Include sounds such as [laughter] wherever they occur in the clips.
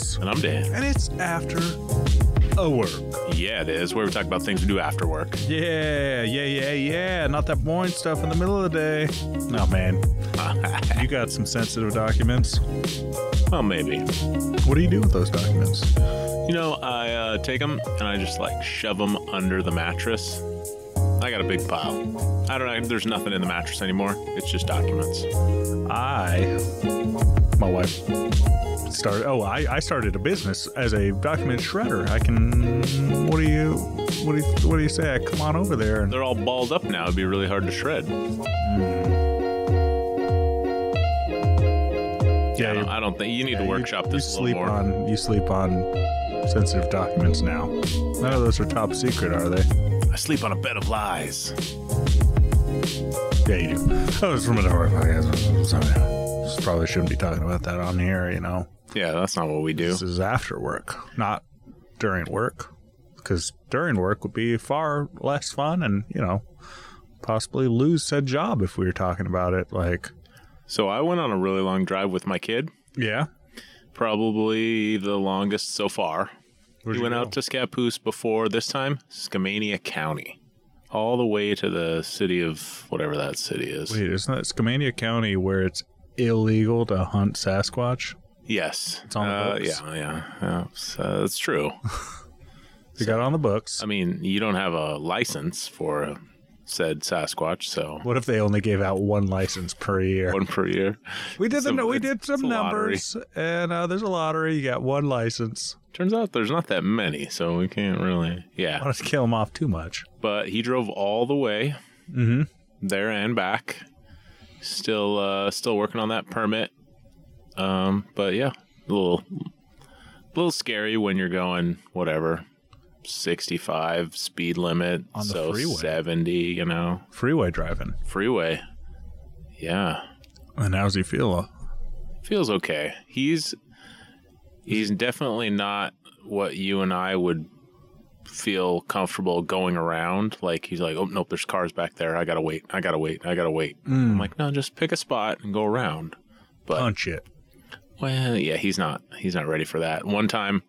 Tuesday. And it's after a work. Yeah, it is. Where we talk about things we do after work. Yeah, yeah, yeah, yeah. Not that boring stuff in the middle of the day. No, man. you got some sensitive documents. Well, maybe. What do you do with those documents? You know, I uh, take them and I just like shove them under the mattress. I got a big pile. I don't know. There's nothing in the mattress anymore. It's just documents. I, my wife, started. Oh, I, I started a business as a document shredder. I can. What do you? What do you? What do you say? I come on over there and They're all balled up now. It'd be really hard to shred. I don't, I don't think you need to you- workshop you, this a sleep little more. on. You sleep on sensitive documents now. None of those are top secret, are they? I sleep on a bed of lies. Yeah, you do. Oh, it's from another podcast. Sorry. Just Probably shouldn't be talking about that on here, you know. Yeah, that's not what we do. This is after work, not during work. Because during work would be far less fun and, you know, possibly lose said job if we were talking about it. Like, So I went on a really long drive with my kid. yeah. Probably the longest so far. Where'd we you went go? out to Scappoose before this time, Skamania County, all the way to the city of whatever that city is. Wait, isn't that Skamania County where it's illegal to hunt Sasquatch? Yes, It's on the Uh, books. Yeah, yeah, yeah. It's, uh, [laughs] that's true. They got it on the books. I mean, you don't have a license for said Sasquatch, so What if they only gave out one license per year? one per year. We did It's the, a- we it's- did it's a some lottery. numbers, and uh, there's a lottery. You got one license. Turns out there's not that many, so we can't really. I Yeah, don't want to kill him off too much. but he drove all the way Mm-hmm. there and back. Still, uh, still working on that permit. Um, but yeah, a little, a little scary when you're going whatever, 65 speed limit, On the so freeway. 70, you know, Freeway driving. freeway. Yeah, And how's he feel? feels okay. He's, he's definitely not what you and I would feel comfortable going around. Like he's like, oh nope, there's cars back there. I gotta wait. I gotta wait. I gotta wait. I'm like, no, just pick a spot and go around. Punch it. Well, yeah, he's not. He's not ready for that. One time,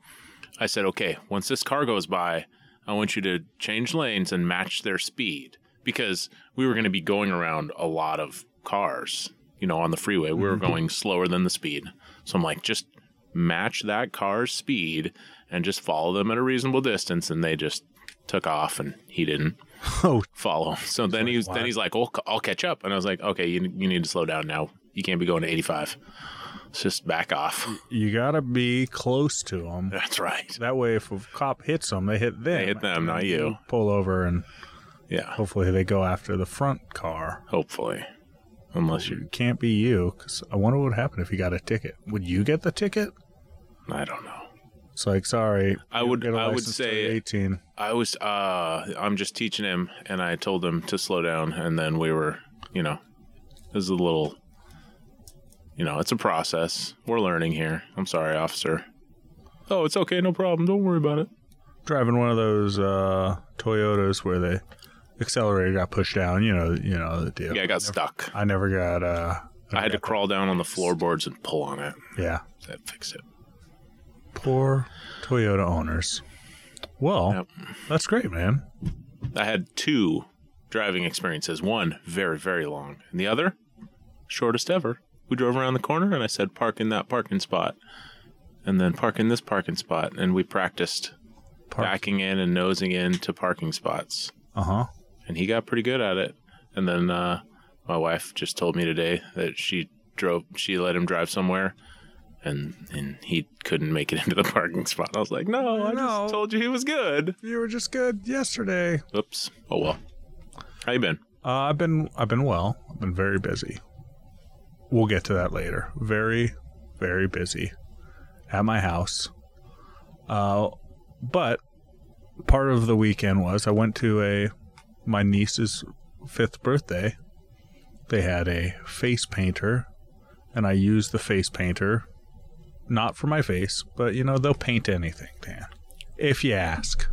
I said, okay, once this car goes by, I want you to change lanes and match their speed because we were going to be going around a lot of cars, you know, on the freeway. We were going slower than the speed. So I'm like, just match that car's speed and just follow them at a reasonable distance. And they just took off and he didn't [laughs] Oh, follow. [laughs] So then he was, "Why?" then he's like, "Oh, c- I'll catch up." And I was like, "Okay, you you need to slow down now. You can't be going to 85. Let's just back off." you gotta be close to him. That's right. That way, if a cop hits them, they hit them. They hit them, not you. Pull over, and Yeah. hopefully they go after the front car. Hopefully, unless you, Can't be you, because I wonder what would happen if you got a ticket. Would you get the ticket? I don't know. It's like, sorry. I you don't would- get a I would license till say- you're 18. I was uh, I'm just teaching him, and I told him to slow down, and then we were, you know, it was a little, you know, it's a process. We're learning here. I'm sorry, officer. Oh, it's okay, no problem. Don't worry about it. driving one of those uh, Toyotas where the accelerator got pushed down. You know, you know the deal. Yeah, I got stuck. I never got. Uh, I had to crawl down on the floorboards and pull on it. yeah, That fixed it. poor Toyota owners. Well, Yep. that's great, man. I had two driving experiences. One very, very long, and the other shortest ever. We drove around the corner, and I said, "Park in that parking spot," and then "Park in this parking spot," and we practiced Park. backing in and nosing in to parking spots. Uh huh. And he got pretty good at it. And then uh, my wife just told me today that she drove, she let him drive somewhere. And, and he couldn't make it [laughs] into the parking spot. I was like, no, I No. just told you he was good. You were just good yesterday. Oops. Oh well. How you been? Uh, I've been I've been well. I've been very busy. We'll get to that later. Very, very busy at my house. Uh, but part of the weekend was I went to a my niece's fifth birthday. They had a face painter, and I used the face painter, not for my face, but you know they'll paint anything, Dan, if you ask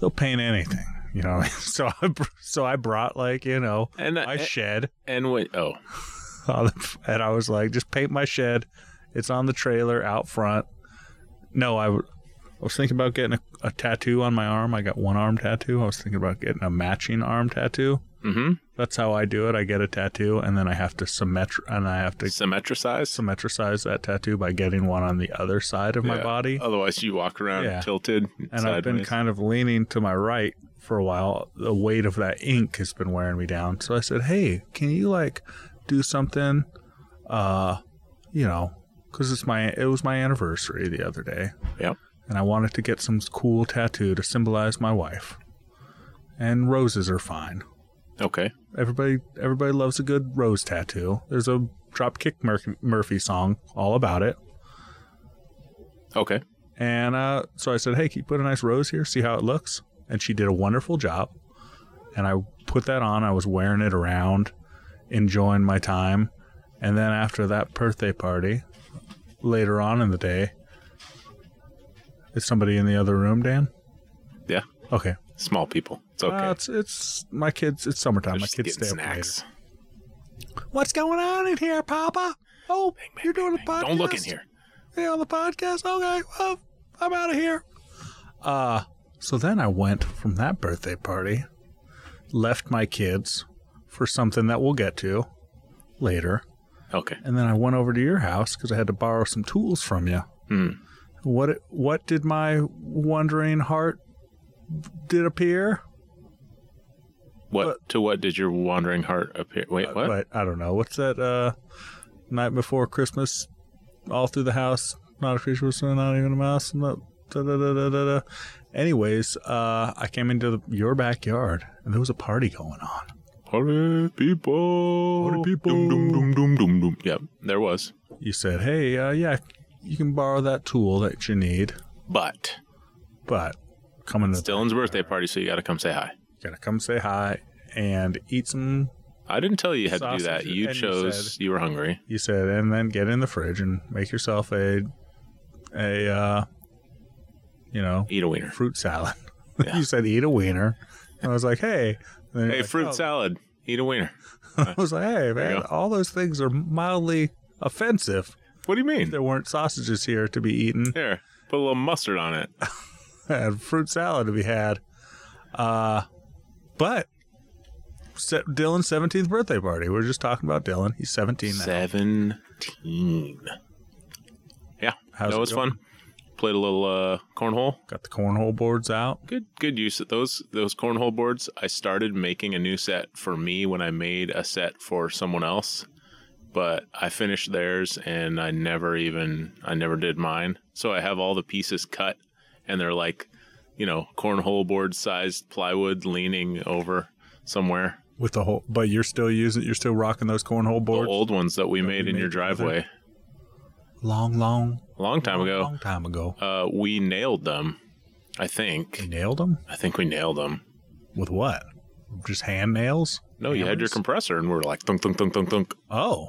they'll paint anything you know [laughs] so i br- so i brought like you know And my shed and when oh [laughs] on the- and i was like just paint my shed it's on the trailer out front No, I, w- I was thinking about getting a, a tattoo on my arm. I got one arm tattoo. I was thinking about getting a matching arm tattoo. Mm-hmm. That's how I do it. I get a tattoo and then I have to symmetr and I have to Symmetricize. symmetricize that tattoo by getting one on the other side of my Yeah. body. Otherwise, you walk around Yeah. tilted and sideways. I've been kind of leaning to my right for a while. The weight of that ink has been wearing me down. So I said, "Hey, can you like do something uh, you know, cuz it's my it was my anniversary the other day." Yep. And I wanted to get some cool tattoo to symbolize my wife. And roses are fine. okay. Everybody everybody loves a good rose tattoo. There's a Dropkick Mur- Murphy song all about it. Okay. And uh, so I said, "Hey, can you put a nice rose here? See how it looks." And she did a wonderful job. And I put that on. I was wearing it around, enjoying my time. And then after that birthday party, later on in the day, is somebody in the other room, Dan? Yeah. Okay. Small people. It's okay. Uh, it's it's my kids. It's summertime. They're my just kids stay getting up later. snacks. What's going on in here, Papa? Oh, you're doing a podcast. Don't look in here. You're on the podcast. Okay, well, I'm out of here. Uh, so then I went from that birthday party, left my kids for something that we'll get to later, Okay. and then I went over to your house because I had to borrow some tools from you. Hmm. What what did my wondering heart did appear? What But- Uh, to what did your wandering heart appear? Wait, what? But I don't know. What's that uh night before Christmas? All through the house, not a creature was seen, not even a mouse. And the, da, da, da, da, da, da. Anyways, uh, I came into the, your backyard and there was a party going on. Party people. Party people. Doom, doom, doom, doom, doom, doom. Yep, there was. You said, "Hey, uh, yeah, you can borrow that tool that you need, But but come in, the, Dylan's birthday party, so you got to come say hi. you gotta come say hi and eat some." I didn't tell you you had to do Sausage, that. You and you chose. You, were hungry. You said, and then get in the fridge and make yourself a a uh, you know Eat a wiener. fruit salad. [laughs] Yeah. you said eat a wiener. And I was like, hey. And then Hey, you're like, fruit oh. salad. Eat a wiener. [laughs] I was like, hey, you man, go. all those things are mildly offensive. What do you mean? There weren't sausages here to be eaten Here, put a little mustard on it. [laughs] and fruit salad to be had. Uh, but se- Dylan's 17th birthday party. We were just talking about Dylan. He's 17 now. Seventeen. Yeah, How's that it was going? fun. Played a little uh, cornhole. Got the cornhole boards out. Good, good use of those those cornhole boards. I started making a new set for me when I made a set for someone else, but I finished theirs and I never even I never did mine. So I have all the pieces cut, and they're like, you know, cornhole board sized plywood leaning over somewhere. With the whole, but you're still using, you're still rocking those cornhole The boards. old ones that we made you in your made together? driveway Long, long, a long time ago. long time ago. Uh, we nailed them. I You think. nailed them I think we nailed them. with what? Just hand nails? No, you had your Hammers? compressor, and we were like thunk thunk thunk thunk thunk. Oh.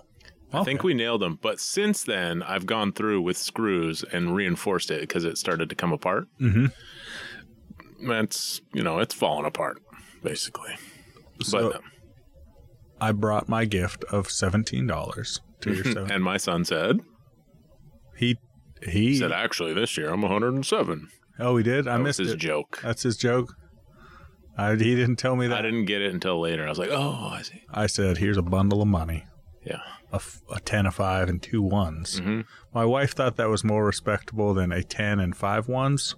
I think we nailed them. But since then, I've gone through with screws and reinforced it because it started to come apart. hmm Mm-hmm. That's you know, it's falling apart basically. So but I brought my gift of seventeen dollars to [laughs] your seven. and my son said he he. he said actually this year I'm 107. oh, he did. I That was missed his it. joke. That's his joke. I, he didn't tell me I that. didn't get it until later. I was like, oh, I see. I, said, "Here's a bundle of money, Yeah. a, f- a ten, a five, and two ones." hmm My wife thought that was more respectable than a ten and five ones,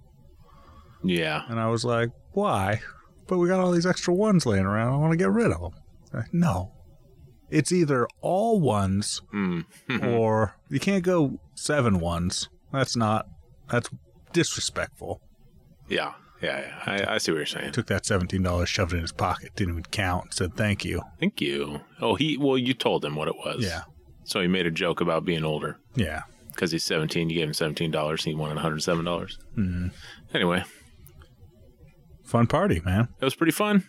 Yeah. and I was like, "Why?" But we got all these extra ones laying around. I want to get rid of them. Like, no, it's either all ones [laughs] Mm. or you can't go seven ones. That's not that's disrespectful. yeah. Yeah. yeah. I, I see what you're saying. Took that seventeen dollars, shoved it in his pocket, didn't even count, said thank you. Thank you. Oh, he. Well, you told him what it was. Yeah. So he made a joke about being older Yeah. because he's 17. You gave him 17 dollars. He wanted 107 dollars. Mm. Anyway, Fun party, man. it was pretty fun.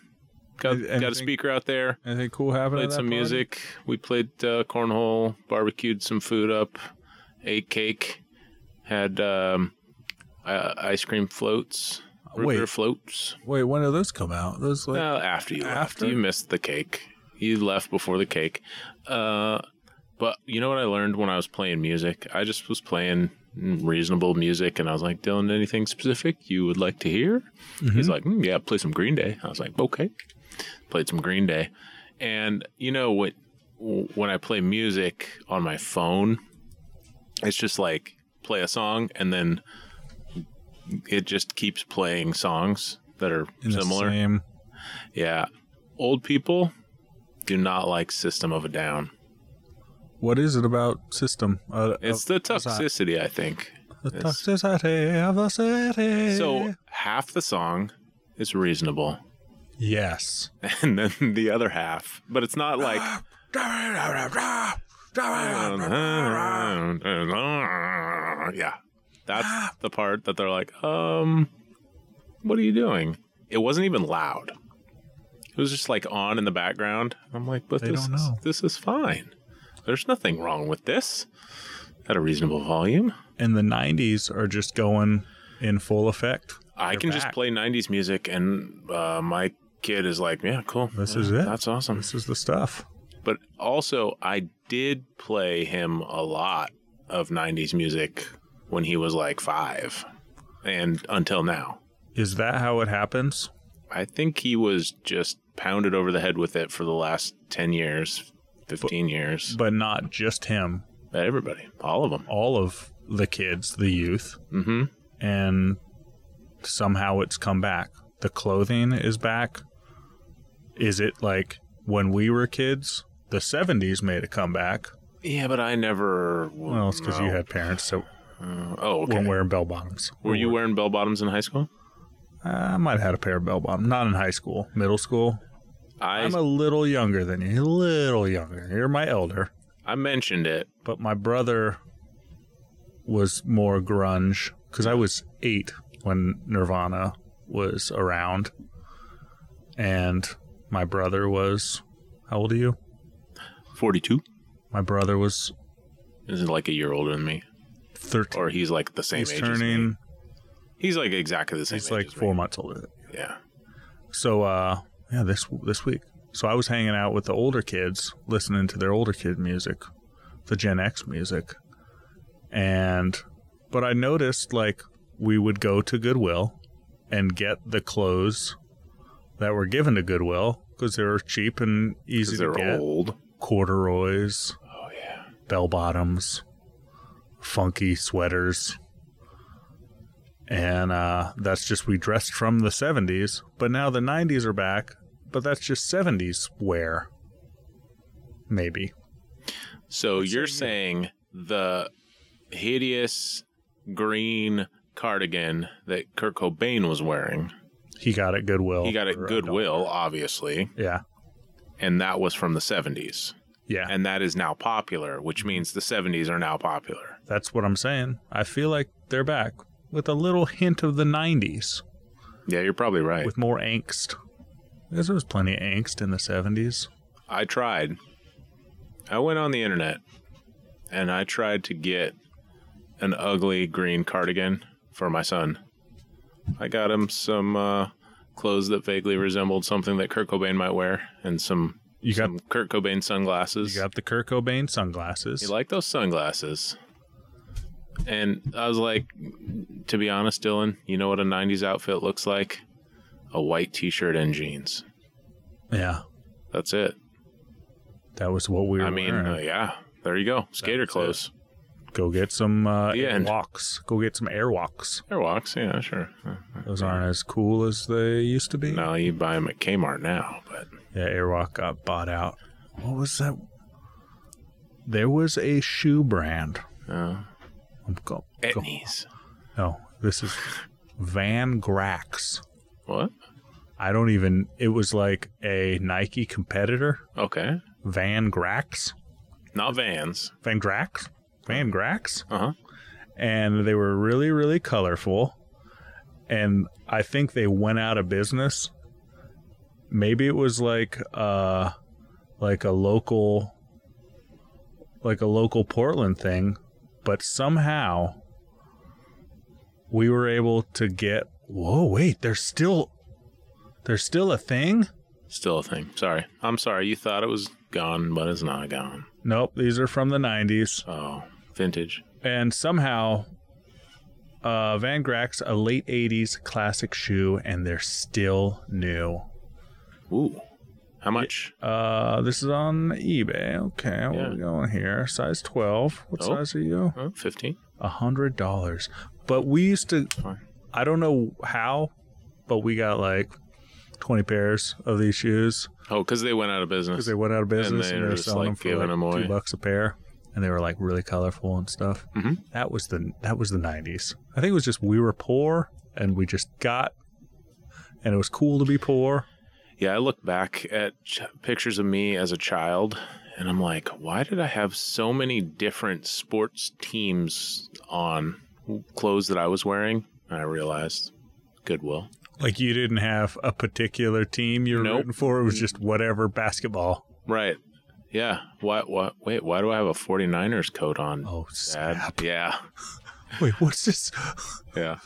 Got Anything- got a speaker out there. Anything cool happened? at Played that some party? music. We played uh, cornhole. Barbecued some food up. Ate cake. Had um, uh, ice cream floats. root Wait. beer floats. Wait, when do those come out? Those like No, after you after? left, you missed the cake. You left before the cake. Uh, but you know what I learned when I was playing music? I just was playing reasonable music. And I was like, Dylan, anything specific you would like to hear? Mm-hmm. He's like, "Mm, yeah, play some Green Day. I was like, okay. Played some Green Day. And you know what? When I play music on my phone, it's just like play a song and then it just keeps playing songs that are In the similar. same- Yeah. Old people do not like System of a Down. What is it about system? Uh, It's the what's that? toxicity, I think. the it's- toxicity of the city. So half the song is reasonable, [laughs] yes. and then the other half, but it's [gasps] not like. [laughs] yeah. That's the part that they're like, um, what are you doing? It wasn't even loud. It was just like on in the background. I'm like, but They this don't is, know. this is fine. There's nothing wrong with this. At a reasonable volume. And the '90s are just going in full effect. I They're can just back. play 90s music, and uh, my kid is like, yeah, cool. This Yeah, is it. That's awesome. This is the stuff. But also, I did play him a lot of 90s music when he was like five and until now. Is that how it happens? I think he was just pounded over the head with it for the last 10 years, 15 years. But not just him. Everybody, all of them. All of the kids, the youth, hmm and somehow it's come back. The clothing is back. Is it like when we were kids, the 70s made a comeback? Yeah, but I never. Well, it's because you no. had parents that Uh, oh, okay. weren't wearing bell bottoms. Were you wearing bell bottoms in high school? I might have had a pair of bell bottoms. Not in high school, middle school. I I'm a little younger than you, a little younger. You're my elder. I mentioned it. But my brother was more grunge because I was eight when Nirvana was around. And my brother was, how old are you? 42? My brother was Is it like a year older than me? 13. Or he's like the same He's age as me? turning, He's like exactly the same he's age like as me. four months older than Yeah. So uh yeah, this this week. So I was hanging out with the older kids, listening to their older kid music, the Gen X music. And but I noticed like we would go to Goodwill and get the clothes that were given to Goodwill because they were cheap and easy to Because they're get. old. Corduroys, Oh yeah. bell bottoms, funky sweaters. And uh, that's just we dressed from the 70s, but now the 90s are back, but that's just 70s wear. Maybe. So you're saying the hideous green cardigan that Kurt Cobain was wearing. He got it Goodwill. He got it Oh, for a Goodwill, obviously, dollar. Yeah. and that was from the 70s. Yeah. And that is now popular, which means the 70s are now popular. that's what I'm saying. I feel like they're back with a little hint of the 90s, Yeah, you're probably right. with more angst. Because there was plenty of angst in the 70s. I tried. I went on the internet and I tried to get an ugly green cardigan for my son. I got him some uh, clothes that vaguely resembled something that Kurt Cobain might wear and some, You got, some Kurt Cobain sunglasses. you got the Kurt Cobain sunglasses. You like those sunglasses? And I was like, to be honest, Dylan, you know what a 90s outfit looks like? A white t shirt and jeans. yeah. That's it. That was what we were I mean, wearing. uh, yeah, there you go. Skater That's it. clothes. Go get some uh, The end. walks. Go get some airwalks. Airwalks, yeah, sure. Those aren't as cool as they used to be. No, you buy them at Kmart now, but Yeah, airwalk got bought out. What was that? There was a shoe brand. uh, I'm go- go- Etnies. no, this is Van Grax. What? I don't even. It was like a Nike competitor. Okay, Van Grax. not Vans. Van Grax. Van Grax. Uh huh. and they were really really colorful and i think they went out of business maybe it was like uh like a local like a local portland thing but somehow we were able to get whoa wait there's still there's still a thing Still a thing. Sorry, I'm sorry. You thought it was gone, but it's not gone. nope these are from the 90s Oh, vintage. and somehow Uh, Van Grax, a late 80s classic shoe, and they're still new. Ooh. How much? Uh, this is on eBay. Okay, what are we going here? Size 12. What Oh. size are you? Huh? 15? A hundred dollars. But we used to, Fine. I don't know how, but we got like 20 pairs of these shoes Oh, because they went out of because business. they went out of business they and they were were just, selling like, them for giving like them away. two bucks a pair, and they were like really colorful and stuff. Mhm. That was the that was the '90s. I think it was just we were poor and we just got, and it was cool to be poor. Yeah, I look back at ch- pictures of me as a child and I'm like, why did I have so many different sports teams on clothes that I was wearing? And I realized Goodwill. Like you didn't have a particular team you were Nope. Mm. rooting for. It was just whatever basketball. Right. Yeah. Why, why, wait, why do I have a 49ers coat on? Oh, Dad? snap! Yeah. Wait, what's this? Yeah.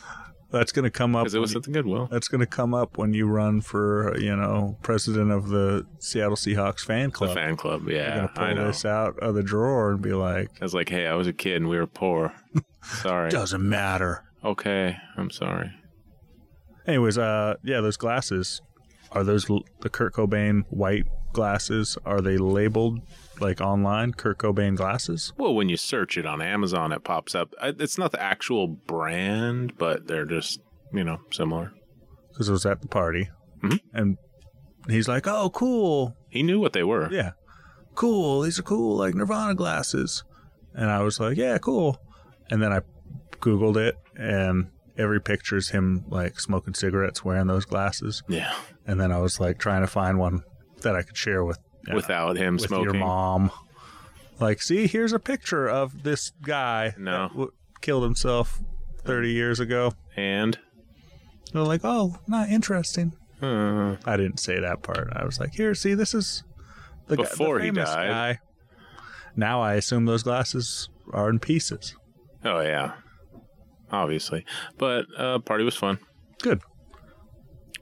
That's gonna come up. Because it was when- at the Goodwill. that's gonna come up when you run for you know president of the Seattle Seahawks fan The club. fan club. You're Yeah. gonna I pull know. this out of the drawer and be like, I was like, hey, I was a kid and we [laughs] were poor. Sorry. doesn't matter. okay. I'm sorry. Anyways, uh, yeah, those glasses are those l- the Kurt Cobain white glasses? Are they labeled like online Kurt Cobain glasses? Well, when you search it on Amazon, it pops up. I- It's not the actual brand, but they're just, you know, similar. Because it was at the party, Mhm. and he's like, "Oh, cool, He knew what they were. yeah, cool. These are cool, like Nirvana glasses." And I was like, "Yeah, cool." And then I googled it, and every picture's him like smoking cigarettes, wearing those glasses. Yeah. And then I was like trying to find one that I could share with Yeah. Without him with smoking. your mom. Like, see, here's a picture of this guy No. that w- killed himself 30 years ago. And And they're like, oh, not interesting. uh, I didn't say that part. I was like, here, see, this is the guy- the Before he famous died. guy. Now I assume those glasses are in pieces. oh yeah, obviously. But uh, party was fun. Good.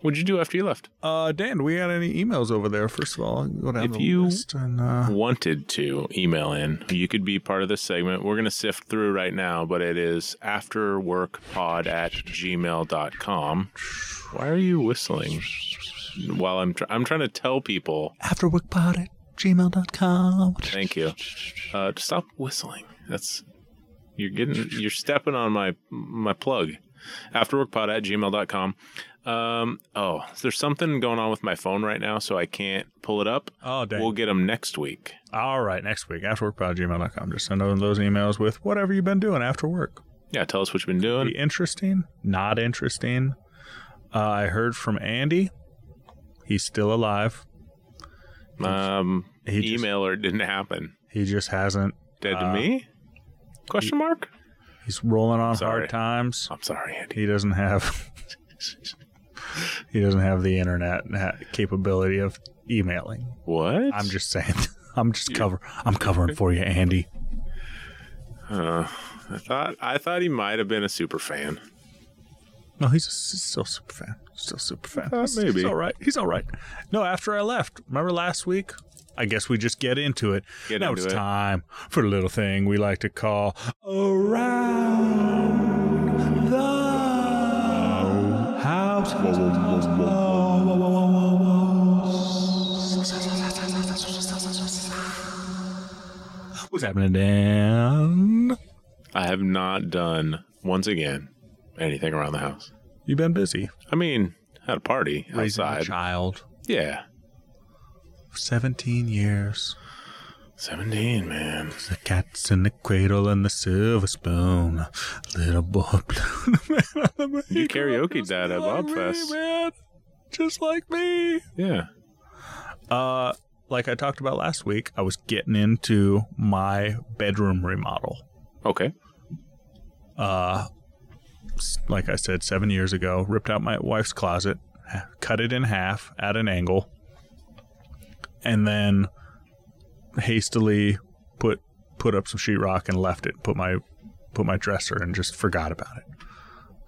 What'd you do after you left? Uh, Dan, we got any emails over there? First of all, go down If the you- list and uh, wanted to email in, you could be part of this segment. We're going to sift through right now, but it is afterworkpod at gmail.com. Why are you whistling? While I'm, tr- I'm trying to tell people, afterworkpod at gmail.com. thank you, uh, to stop whistling. That's, you're getting, you're stepping on my, my plug. Afterworkpod at gmail.com. Um, oh, there's something going on with my phone right now, so I can't pull it up. Oh, dang. We'll get them next week. All right, next week, afterworkpod.gmail.com. Just send over those emails with whatever you've been doing after work. Yeah, tell us what you've been doing. Be interesting, not interesting. Uh, I heard from Andy. He's still alive. Um, He just- email or it didn't happen. He just hasn't. Dead to Uh, me? Question mark? He's rolling on Sorry. hard times. I'm sorry, Andy. He doesn't have. [laughs] he doesn't have the internet ha- capability of emailing. What? I'm just saying. [laughs] I'm just cover. I'm covering for you, Andy. Uh, I thought I thought he might have been a super fan. No, he's a, s- still super fan. Still super fan. He's- Uh, maybe. He's all right. He's all right. No, after I left, remember last week? I guess we just get into it. Get now into it's it. time for a little thing we like to call Around the House. What's happening, Dan? I have not done once again anything around the house. You've been busy I mean, had a party raising a outside. child. Yeah, 17 years. seventeen, man. The cat's in the cradle and the silver spoon. Little boy blue. man on the moon. [laughs] You He grew up karaoke just that at like me, Bobfest. man. Just like me. Yeah. Uh, like I talked about last week, I was getting into my bedroom remodel. Okay. Uh, s- like I said, seven years ago, ripped out my wife's closet, h- cut it in half at an angle, and then hastily put put up some sheetrock and left it. Put my put my dresser and just forgot about it.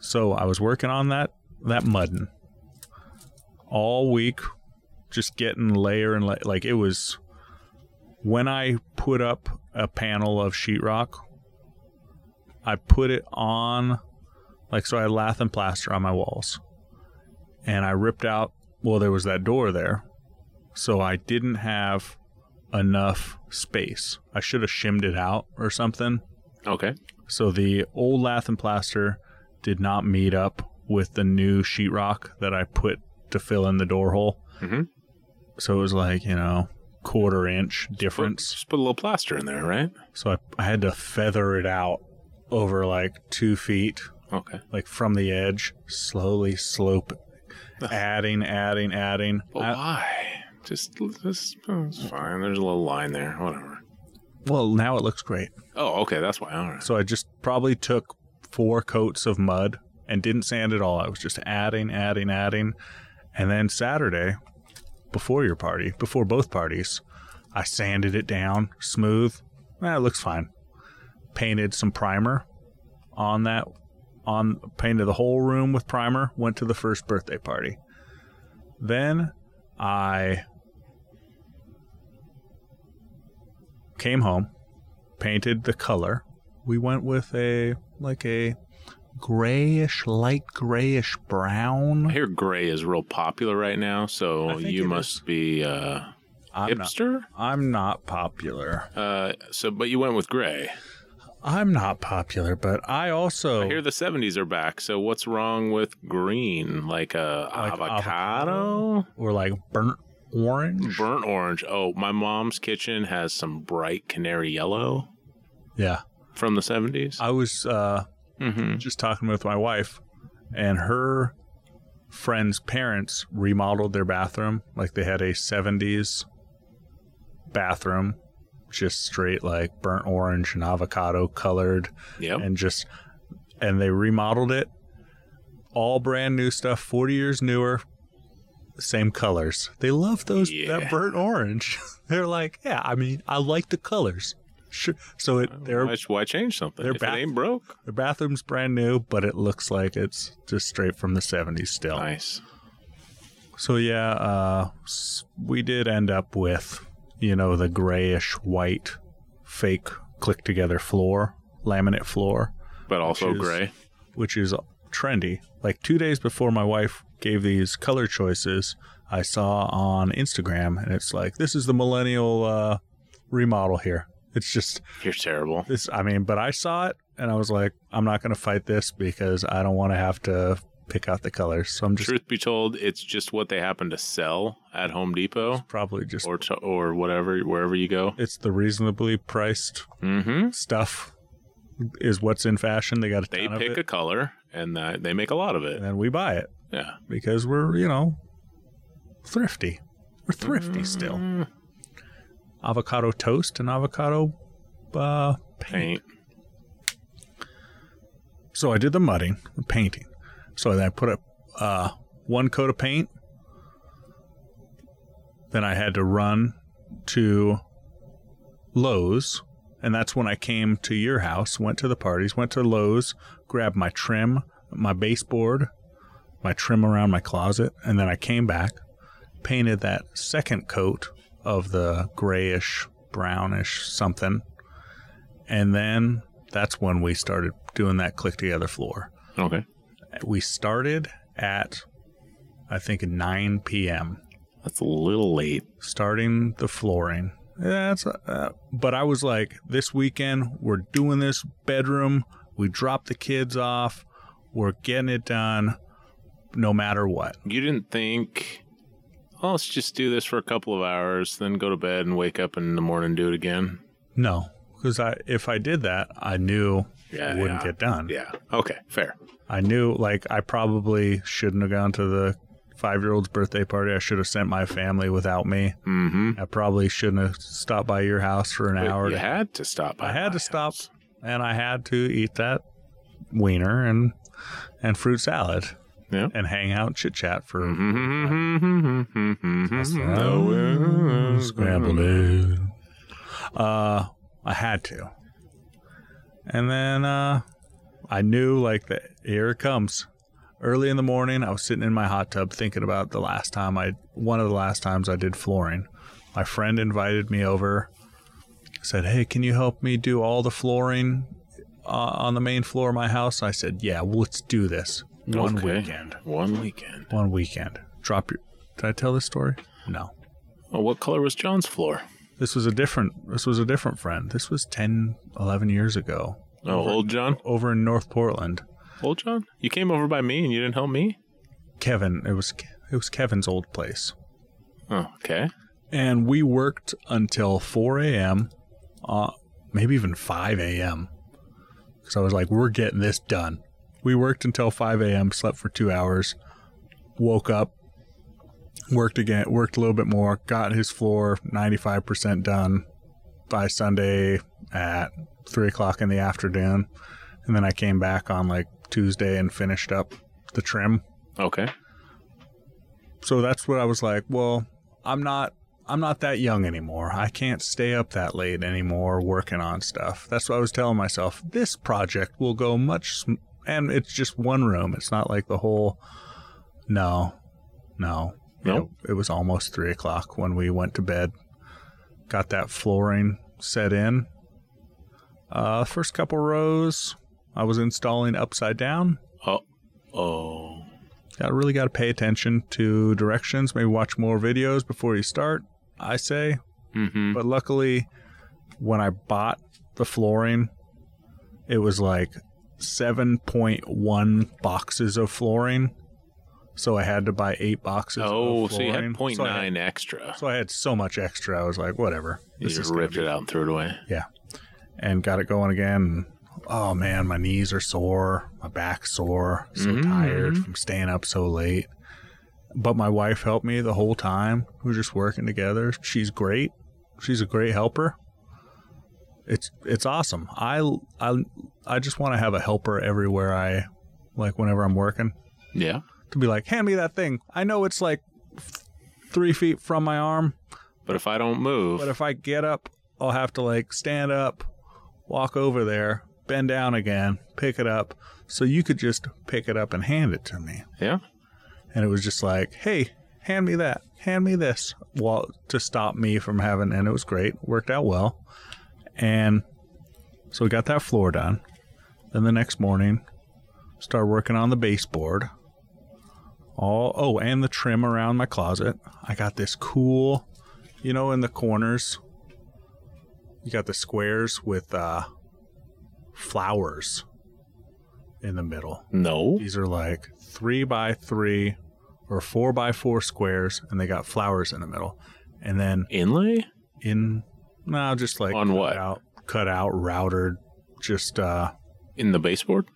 So I was working on that that mudding all week, just getting layer and la- like it was. When I put up a panel of sheetrock, I put it on Like, so I had lath and plaster on my walls. And I ripped out, well, there was that door there. So I didn't have enough space. I should have shimmed it out or something. Okay. So the old lath and plaster did not meet up with the new sheetrock that I put to fill in the door hole. Mhm. So it was like, you know, quarter inch difference. Just put a little plaster in there, right? So I, I had to feather it out over like two feet, Okay. like from the edge, slowly slope, adding, adding, adding. But I- why? Just, just oh, it's fine. There's a little line there. Whatever. well, now it looks great. Oh, okay. That's why. All right. So I just probably took four coats of mud and didn't sand at all. I was just adding, adding, adding. And then Saturday, before your party, before both parties, I sanded it down smooth. That looks fine. Painted some primer on that on painted the whole room with primer, went to the first birthday party. Then I came home, painted the color, we went with a like a grayish, light grayish I brown. hear gray is real popular right now, I so think you it must be uh, I'm not, hipster. I'm not popular. Uh, so, but you went with gray. I'm not popular, but I also I hear the '70s are back. So, what's wrong with green? Like uh, a Like avocado? were like burnt orange. burnt orange. Oh, my mom's kitchen has some bright canary yellow Yeah, from the '70s. I was uh, mm-hmm. just talking with my wife, and her friend's parents remodeled their bathroom. Like they had a '70s bathroom, just straight like burnt orange and avocado colored. Yep. and just and they remodeled it all brand new stuff 40 years newer same colors they love those Yeah. that burnt orange [laughs] they're like yeah i mean i like the colors sure. so it their why, why change something? they're If back- it ain't broke. their bathroom's brand new but it looks like it's just straight from the 70s still Nice. so yeah uh s- we did end up with you know the grayish white fake click together floor laminate floor But also Which is- gray. which is trendy. Like two days before my wife gave these color choices, I saw on Instagram, and it's like this is the millennial uh, remodel here. It's just You're terrible. this. I mean, but I saw it, and I was like, I'm not going to fight this because I don't want to have to pick out the colors. So I'm just Truth be told, it's just what they happen to sell at Home Depot probably just or to, or whatever wherever you go. it's the reasonably priced Mm-hmm. stuff is what's in fashion. They got a They ton pick of a it, color and uh, they make a lot of and it. then we buy it Yeah. because we're you know thrifty. We're thrifty still. Mm, avocado toast and avocado uh, paint. Paint. So I did the mudding, the painting. So then I put up uh, one coat of paint. Then I had to run to Lowe's, and that's when I came to your house. Went to the parties, went to Lowe's, grabbed my trim, my baseboard, my trim around my closet, and then I came back, painted that second coat of the grayish, brownish something, and then that's when we started doing that click together floor. Okay. We started at, I think, 9 p.m. That's a little late. starting the flooring. That's, uh, but I was like, this weekend we're doing this bedroom. We drop the kids off. We're getting it done, no matter what. You didn't think, oh, let's just do this for a couple of hours, then go to bed and wake up in the morning and do it again. No, because I if I did that, I knew Yeah, it wouldn't yeah. get done. Yeah. Okay. Fair. I knew like I probably shouldn't have gone to the five year old's birthday party. I should have sent my family without me. Mm-hmm. I probably shouldn't have stopped by your house for an hour. you to- had to stop. by I had my to stop house. and I had to eat that wiener and and fruit salad Yeah. and hang out chit chat for Mm-hmm. No. Mm-hmm. scrambled egg. Uh, I had to. And then uh, I knew like that here it comes. Early in the morning, I was sitting in my hot tub thinking about the last time I one of the last times I did flooring. My friend invited me over. Said, "Hey, can you help me do all the flooring uh, on the main floor of my house. I said, "Yeah, well, let's do this one Okay. weekend. One weekend. One weekend. Drop your." Did I tell this story? No. Well, Oh, what color was John's floor? This was a different. This was a different friend. This was 10, 11 years ago. Oh, old John. Over in North Portland, Old John. You came over by me and you didn't help me. Kevin. It was it was Kevin's old place. Oh, okay. and we worked until 4 a.m., uh, maybe even 5 a.m. Because I was like, we're getting this done. We worked until 5 a.m., slept for two hours, woke up, worked again, worked a little bit more, got his floor 95% done by Sunday at 3 o'clock in the afternoon. And then I came back on like Tuesday and finished up the trim Okay. so that's what I was like, well, I'm not I'm not that young anymore. I can't stay up that late anymore working on stuff. That's what I was telling myself. This project will go much sm- and it's just one room. It's not like the whole no. No. No? It, it was almost three o'clock when we went to bed. Got that flooring set in. Uh first couple rows I was installing upside down. Oh. Oh. Got really got to pay attention to directions. Maybe watch more videos before you start. I say, Mm-hmm. but luckily, when I bought the flooring, it was like seven point one boxes of flooring, so I had to buy eight boxes. Oh, of so you had flooring. point So I had- nine extra. So I had so much extra. I was like, whatever. You This is just gonna ripped be- it out and threw it away. and got it going again. Oh man, my knees are sore, my back's sore, so Mhm. tired from staying up so late. But my wife helped me the whole time. We were just working together. She's great. She's a great helper. It's it's awesome. I I I just want to have a helper everywhere I like whenever I'm working Yeah. to be like, hand me that thing. I know it's like f- three feet from my arm, But if I don't move, but if I get up, I'll have to like stand up, walk over there, bend down again, pick it up. So you could just pick it up and hand it to me. yeah. And it was just like, hey, hand me that, hand me this, well, to stop me from having. And it was great, worked out well. And so we got that floor done. Then the next morning, started working on the baseboard. All oh, and the trim around my closet. I got this cool, you know, in the corners. You got the squares with uh, flowers in the middle. No. These are like three by three or four by four squares, and they got flowers in the middle. And then Inlay? in, no, just like On cut what? Out, cut out, routed, just uh, In the baseboard?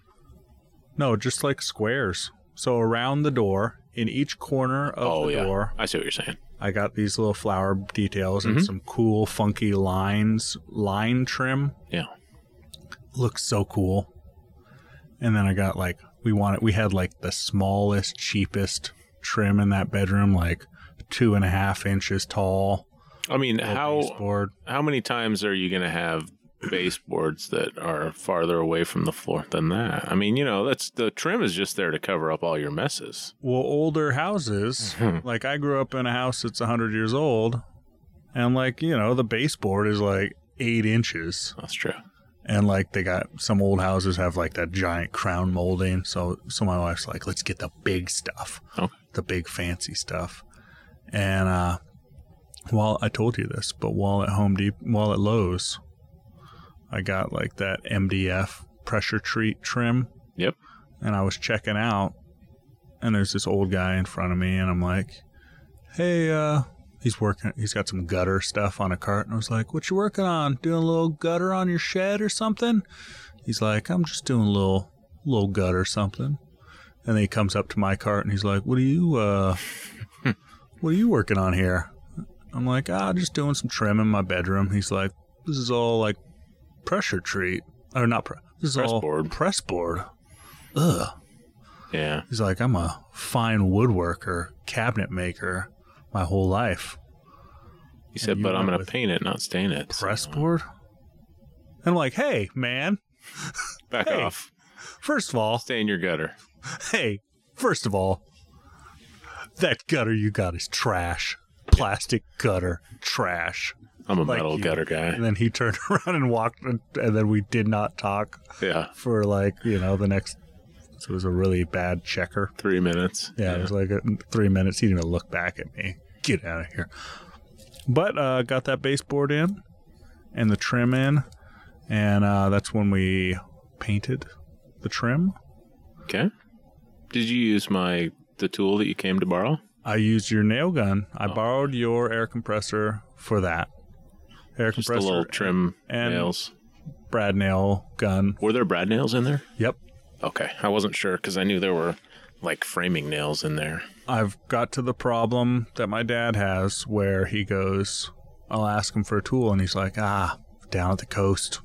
no, just like squares. So around the door, in each corner of oh, the yeah. door, I see what you're saying. I got these little flower details Mhm. and some cool, funky lines, line trim. Yeah. Looks so cool. And then I got like, we wanted, we had like the smallest, cheapest trim in that bedroom, like two and a half inches tall. I mean, little how baseboard. how many times are you going to have baseboards that are farther away from the floor than that? I mean, you know, that's the trim is just there to cover up all your messes. Well, older houses, like I grew up in a house that's 100 years old, and like, you know, the baseboard is like eight inches. That's true. And like they got some old houses have like that giant crown molding. So so my wife's like, let's get the big stuff, Okay. the big fancy stuff. And uh, while I told you this, but while at Home Depot, while at Lowe's, I got like that MDF pressure treat trim. Yep. And I was checking out, and there's this old guy in front of me, and I'm like, hey, uh, he's working he's got some gutter stuff on a cart and i was like what you working on doing a little gutter on your shed or something he's like i'm just doing a little little gutter something and then he comes up to my cart and he's like what are you uh [laughs] what are you working on here i'm like ah just doing some trim in my bedroom he's like this is all like pressure treat or not pre- this is Press all board. press board ugh Yeah. He's like, I'm a fine woodworker, cabinet maker my whole life. He said, you but I'm went going to with paint it, not stain it. So, Press board? And I'm like, hey, man, back Hey. off. first of all, Stain your gutter. hey, first of all, that gutter you got is trash. plastic gutter trash. I'm a Like metal you. gutter guy. And [laughs] then he turned around and walked, and and then we did not talk Yeah, for like, you know, the next. It was a really bad checker. three minutes. Yeah, it was like uh, three minutes. He didn't even look back at me. Get out of here. But uh, got that baseboard in and the trim in, and uh, that's when we painted the trim. Okay. Did you use my the tool that you came to borrow? I used your nail gun. I Oh. borrowed your air compressor for that. Air Just the compressor little trim and- nails. Brad nail gun. Were there brad nails in there? Yep. Okay, I wasn't sure because I knew there were like framing nails in there. [laughs] I've got to the problem that my dad has where he goes, I'll ask him for a tool, and he's like, ah, down at the coast.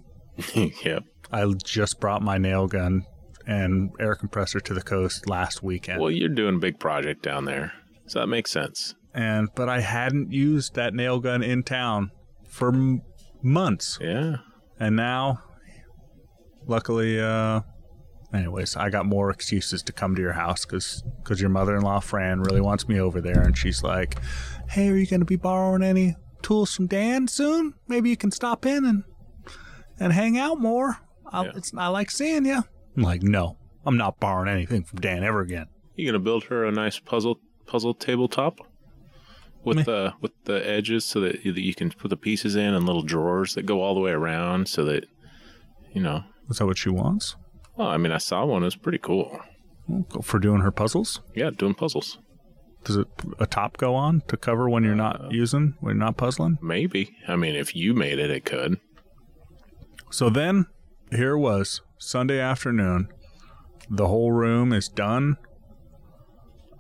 yep. I just brought my nail gun and air compressor to the coast last weekend. Well, you're doing a big project down there, so that makes sense. And but I hadn't used that nail gun in town for m- months. Yeah. And now luckily uh anyways, I got more excuses to come to your house cuz cuz your mother-in-law Fran really wants me over there and she's like, "Hey, are you going to be borrowing any tools from Dan soon? Maybe you can stop in and and hang out more. I Yeah. it's I like seeing you." I'm like, "No, I'm not borrowing anything from Dan ever again." You gonna build her a nice puzzle puzzle tabletop with Meh. the with the edges so that you, that you can put the pieces in and little drawers that go all the way around so that you know. Is that what she wants? Well, I mean, I saw one. It was pretty cool. Well, go- For doing her puzzles? Yeah, doing puzzles. Does it, a top go on to cover when you're not using, when you're not puzzling? Maybe. I mean, if you made it, it could. So then, here it was Sunday afternoon. The whole room is done,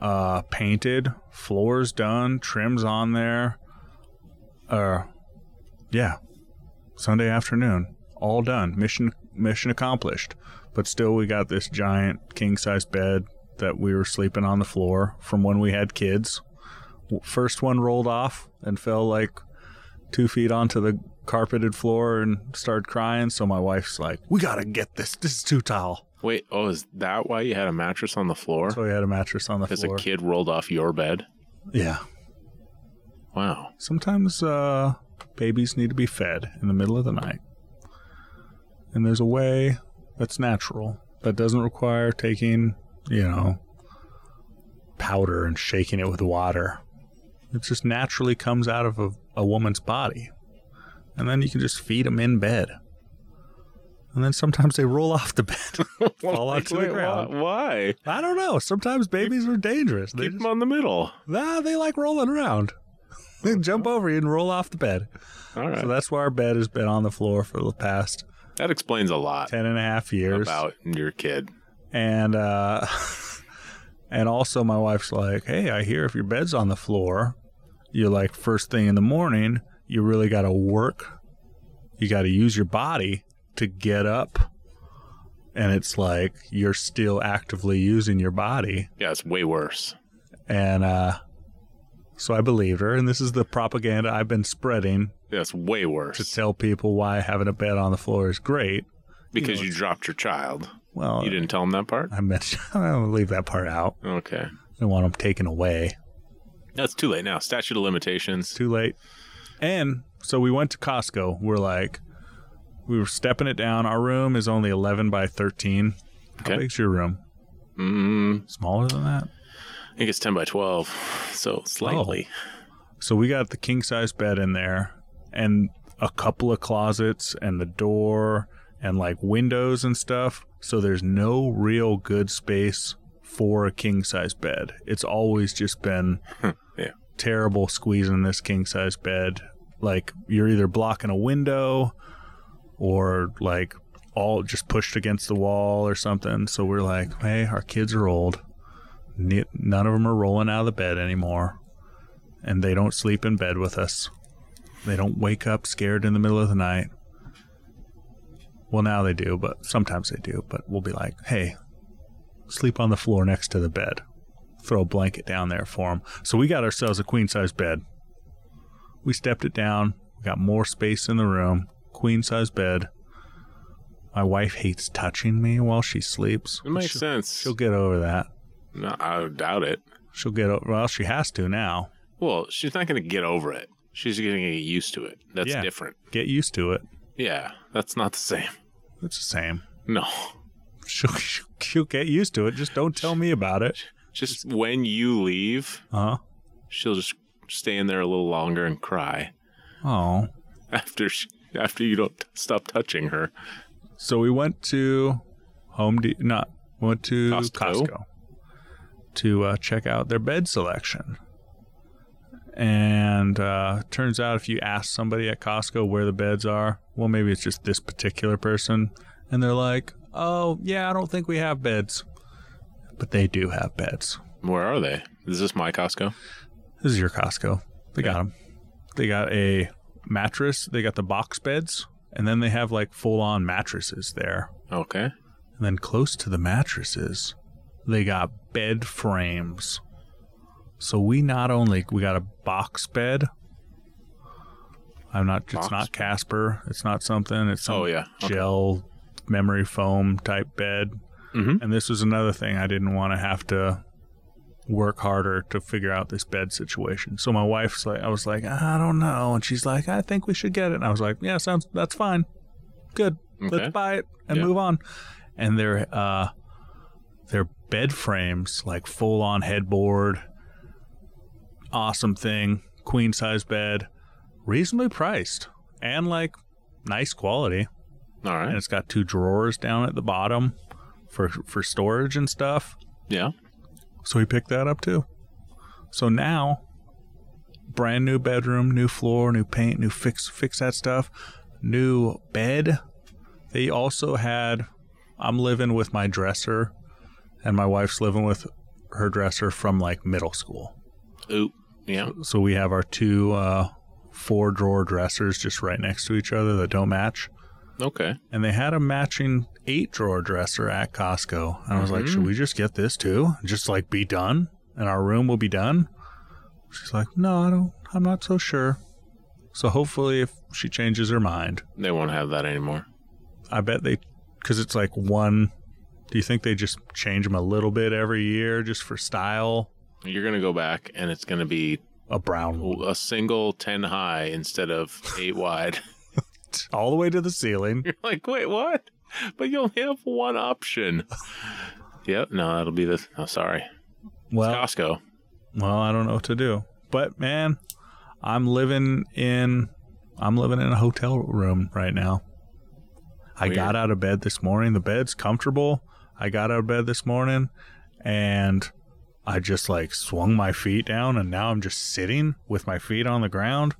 uh, painted, floors done, trims on there. Uh, yeah, Sunday afternoon, all done. Mission mission accomplished. But still, we got this giant king size bed that we were sleeping on the floor from when we had kids. W- First one rolled off and fell like two feet onto the carpeted floor and started crying. So my wife's like, "We gotta get this. This is too tall." Wait, oh, is that why you had a mattress on the floor? So we had a mattress on the Because a floor. kid rolled off your bed? Yeah. Wow. Sometimes uh, babies need to be fed in the middle of the night, and there's a way that's natural that doesn't require taking, you know, powder and shaking it with water. It just naturally comes out of a, a woman's body, and then you can just feed them in bed. And then sometimes they roll off the bed. [laughs] Fall onto the why- ground. Why? I don't know. Sometimes babies are dangerous. They Keep just, them on the middle. nah, they like rolling around. [laughs] they jump over you and roll off the bed. All right. So that's why our bed has been on the floor for the past that explains a lot 10 and a half years. about your kid. And, uh, [laughs] and also my wife's like, hey, I hear if your bed's on the floor, you're like, first thing in the morning, you really got to work. You got to use your body to get up. And it's like, you're still actively using your body. Yeah, it's way worse. And, uh, so I believed her. And this is the propaganda I've been spreading Yeah, it's way to worse tell people why having a bed on the floor is great. because you dropped your child. Well, You didn't tell him that [laughs] part? I mentioned I'll leave that part out. Okay. I don't want them taken away. That's too late now. Statute of limitations. Too late. And so we went to Costco. We're like, we were stepping it down. Our room is only 11 by 13. How Okay. big's your room? Mm, Smaller than that? I think it's 10 by 12. So slightly. Oh. So we got the king size bed in there and a couple of closets and the door and like windows and stuff. So there's no real good space for a king size bed. It's always just been Yeah. terrible squeezing this king size bed. Like you're either blocking a window or like all just pushed against the wall or something. So we're like, hey, our kids are old. Ne- None of them are rolling out of the bed anymore and they don't sleep in bed with us. They don't wake up scared in the middle of the night. Well, now they do, but sometimes they do. But we'll be like, hey, sleep on the floor next to the bed. Throw a blanket down there for them. So we got ourselves a queen size bed. We stepped it down. We got more space in the room. Queen size bed. My wife hates touching me while she sleeps. It makes She'll- sense. She'll get over that. No, I doubt it. She'll get over. Well, she has to now. Well, she's not going to get over it. She's going to get used to it. That's Yeah. different. Get used to it. Yeah, that's not the same. [laughs] It's the same. [laughs] No. She'll, she'll get used to it. Just don't tell me about it. Uh-huh. Just when you leave, Huh? she'll just stay in there a little longer and cry [laughs] Oh. after she, after you don't stop touching her. So we went to Home De- not we went to Costco. Costco, to uh, check out their bed selection. And uh, turns out if you ask somebody at Costco where the beds are, well, maybe it's just this particular person, and they're like, "Oh, yeah, I don't think we have beds," but they do have beds. Where are they? Is this my Costco? This is your Costco. They got 'em. got them. They got a mattress. They got the box beds, and then they have like full-on mattresses there. Okay. And then close to the mattresses, they got bed frames. So we not only we got a box bed. I'm not. It's Box? not Casper. It's not something. It's some Oh, yeah. Okay. gel memory foam type bed. Mhm. And this was another thing I didn't want to have to work harder to figure out this bed situation. So my wife's like, I was like, I don't know, and she's like, I think we should get it. And I was like, Yeah, sounds that's fine. Good Okay. let's buy it and Yeah. move on. And their uh, their bed frames, like full on headboard, awesome thing, queen size bed, reasonably priced and like nice quality. All And right. it's got two drawers down at the bottom for for storage and stuff. Yeah. So we picked that up too. So now, brand new bedroom, new floor, new paint, new fix fix that stuff, new bed. They also had. I'm living with my dresser, and my wife's living with her dresser from like middle school. Oop. Yeah. So we have our two uh, four drawer dressers just right next to each other that don't match. Okay. And they had a matching eight drawer dresser at Costco. And I was like, Mhm. should we just get this too? Just like be done and our room will be done? She's like, no, I don't, I'm not so sure. So hopefully, if she changes her mind, They won't have that anymore. I bet they, because it's like one, do you think they just change them a little bit every year just for style? You're going to go back and it's going to be A brown one, a single 10 high instead of 8 [laughs] wide. all the way to the ceiling. You're like, wait, what? But you only have one option. yep. No, that'll be the. Oh, sorry. Well, Costco. Well, I don't know what to do. But man, I'm living in I'm living in a hotel room right now. I Weird. got out of bed this morning. The bed's comfortable. I got out of bed this morning and I just like swung my feet down and now I'm just sitting with my feet on the ground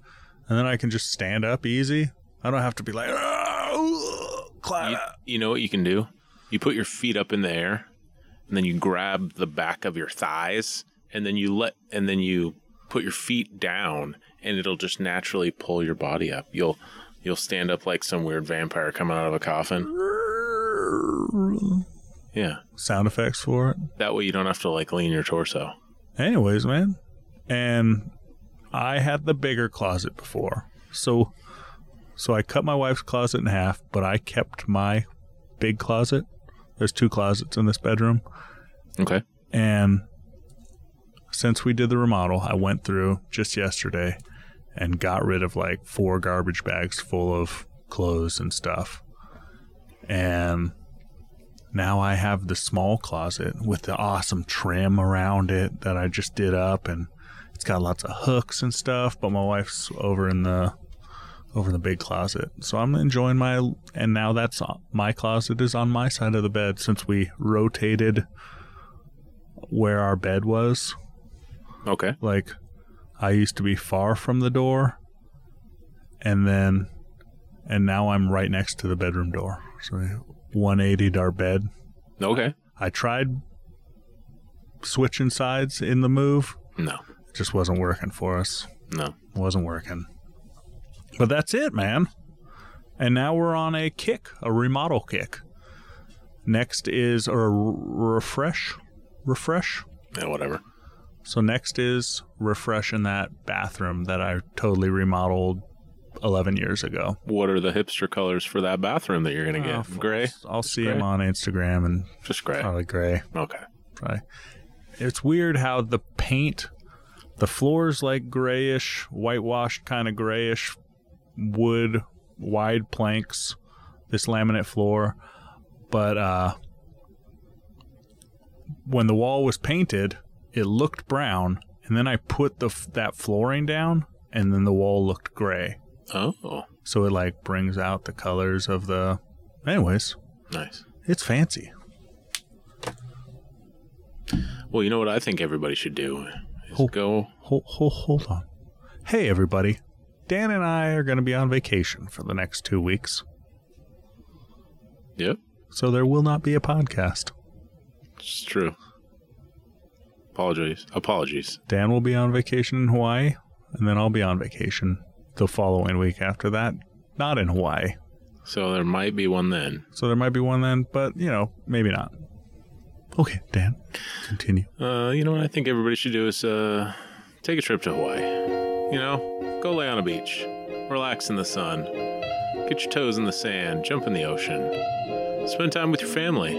and then I can just stand up easy. I don't have to be like "Ah, ooh, climb You, up." you know what you can do? You put your feet up in the air, and then you grab the back of your thighs, and then you let, and then you put your feet down, and it'll just naturally pull your body up. You'll, you'll stand up like some weird vampire coming out of a coffin. Yeah, sound effects for it. that way you don't have to like lean your torso. Anyways, man. And I had the bigger closet before. So so I cut my wife's closet in half, but I kept my big closet. There's two closets in this bedroom. Okay. And since we did the remodel, I went through just yesterday and got rid of like four garbage bags full of clothes and stuff. And now I have the small closet with the awesome trim around it that I just did up and it's got lots of hooks and stuff, but my wife's over in the over in the big closet. So I'm enjoying my and now that's uh, my closet is on my side of the bed since we rotated where our bed was. Okay. Like, I used to be far from the door, and then, and now I'm right next to the bedroom door. So, we 180'd our bed. Okay. I tried switching sides in the move, No. it just wasn't working for us. No. Wasn't working. But that's it, man. And now we're on a kick, a remodel kick. Next is a r- refresh, refresh. Yeah, whatever. So next is refreshing that bathroom that I totally remodeled 11 years ago. What are the hipster colors for that bathroom that you're gonna get? Oh, gray. I'll see gray. him on Instagram and Just gray. probably gray. Okay. Probably. It's weird how the paint The floor's like grayish, whitewashed, kind of grayish wood, wide planks, this laminate floor. But uh, when the wall was painted, it looked brown. And then I put the f- that flooring down, and then the wall looked gray. Oh, So it like brings out the colors of the. Anyways, nice. it's fancy. Well, you know what I think everybody should do is Oh. go. Hold, hold, hold on. Hey, everybody. Dan and I are going to be on vacation for the next two weeks, Yep, so there will not be a podcast. it's true. Apologies. Apologies. Dan will be on vacation in Hawaii, and then I'll be on vacation the following week after that, not in Hawaii. So there might be one then. So there might be one then, but you know, maybe not. Okay, Dan, continue. Uh, you know what I think everybody should do is uh, take a trip to Hawaii. You know, go lay on a beach, relax in the sun, get your toes in the sand, jump in the ocean, spend time with your family.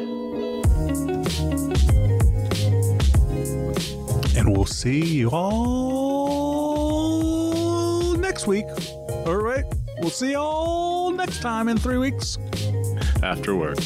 And we'll see you all next week. All right, we'll see you all next time in three weeks. After work.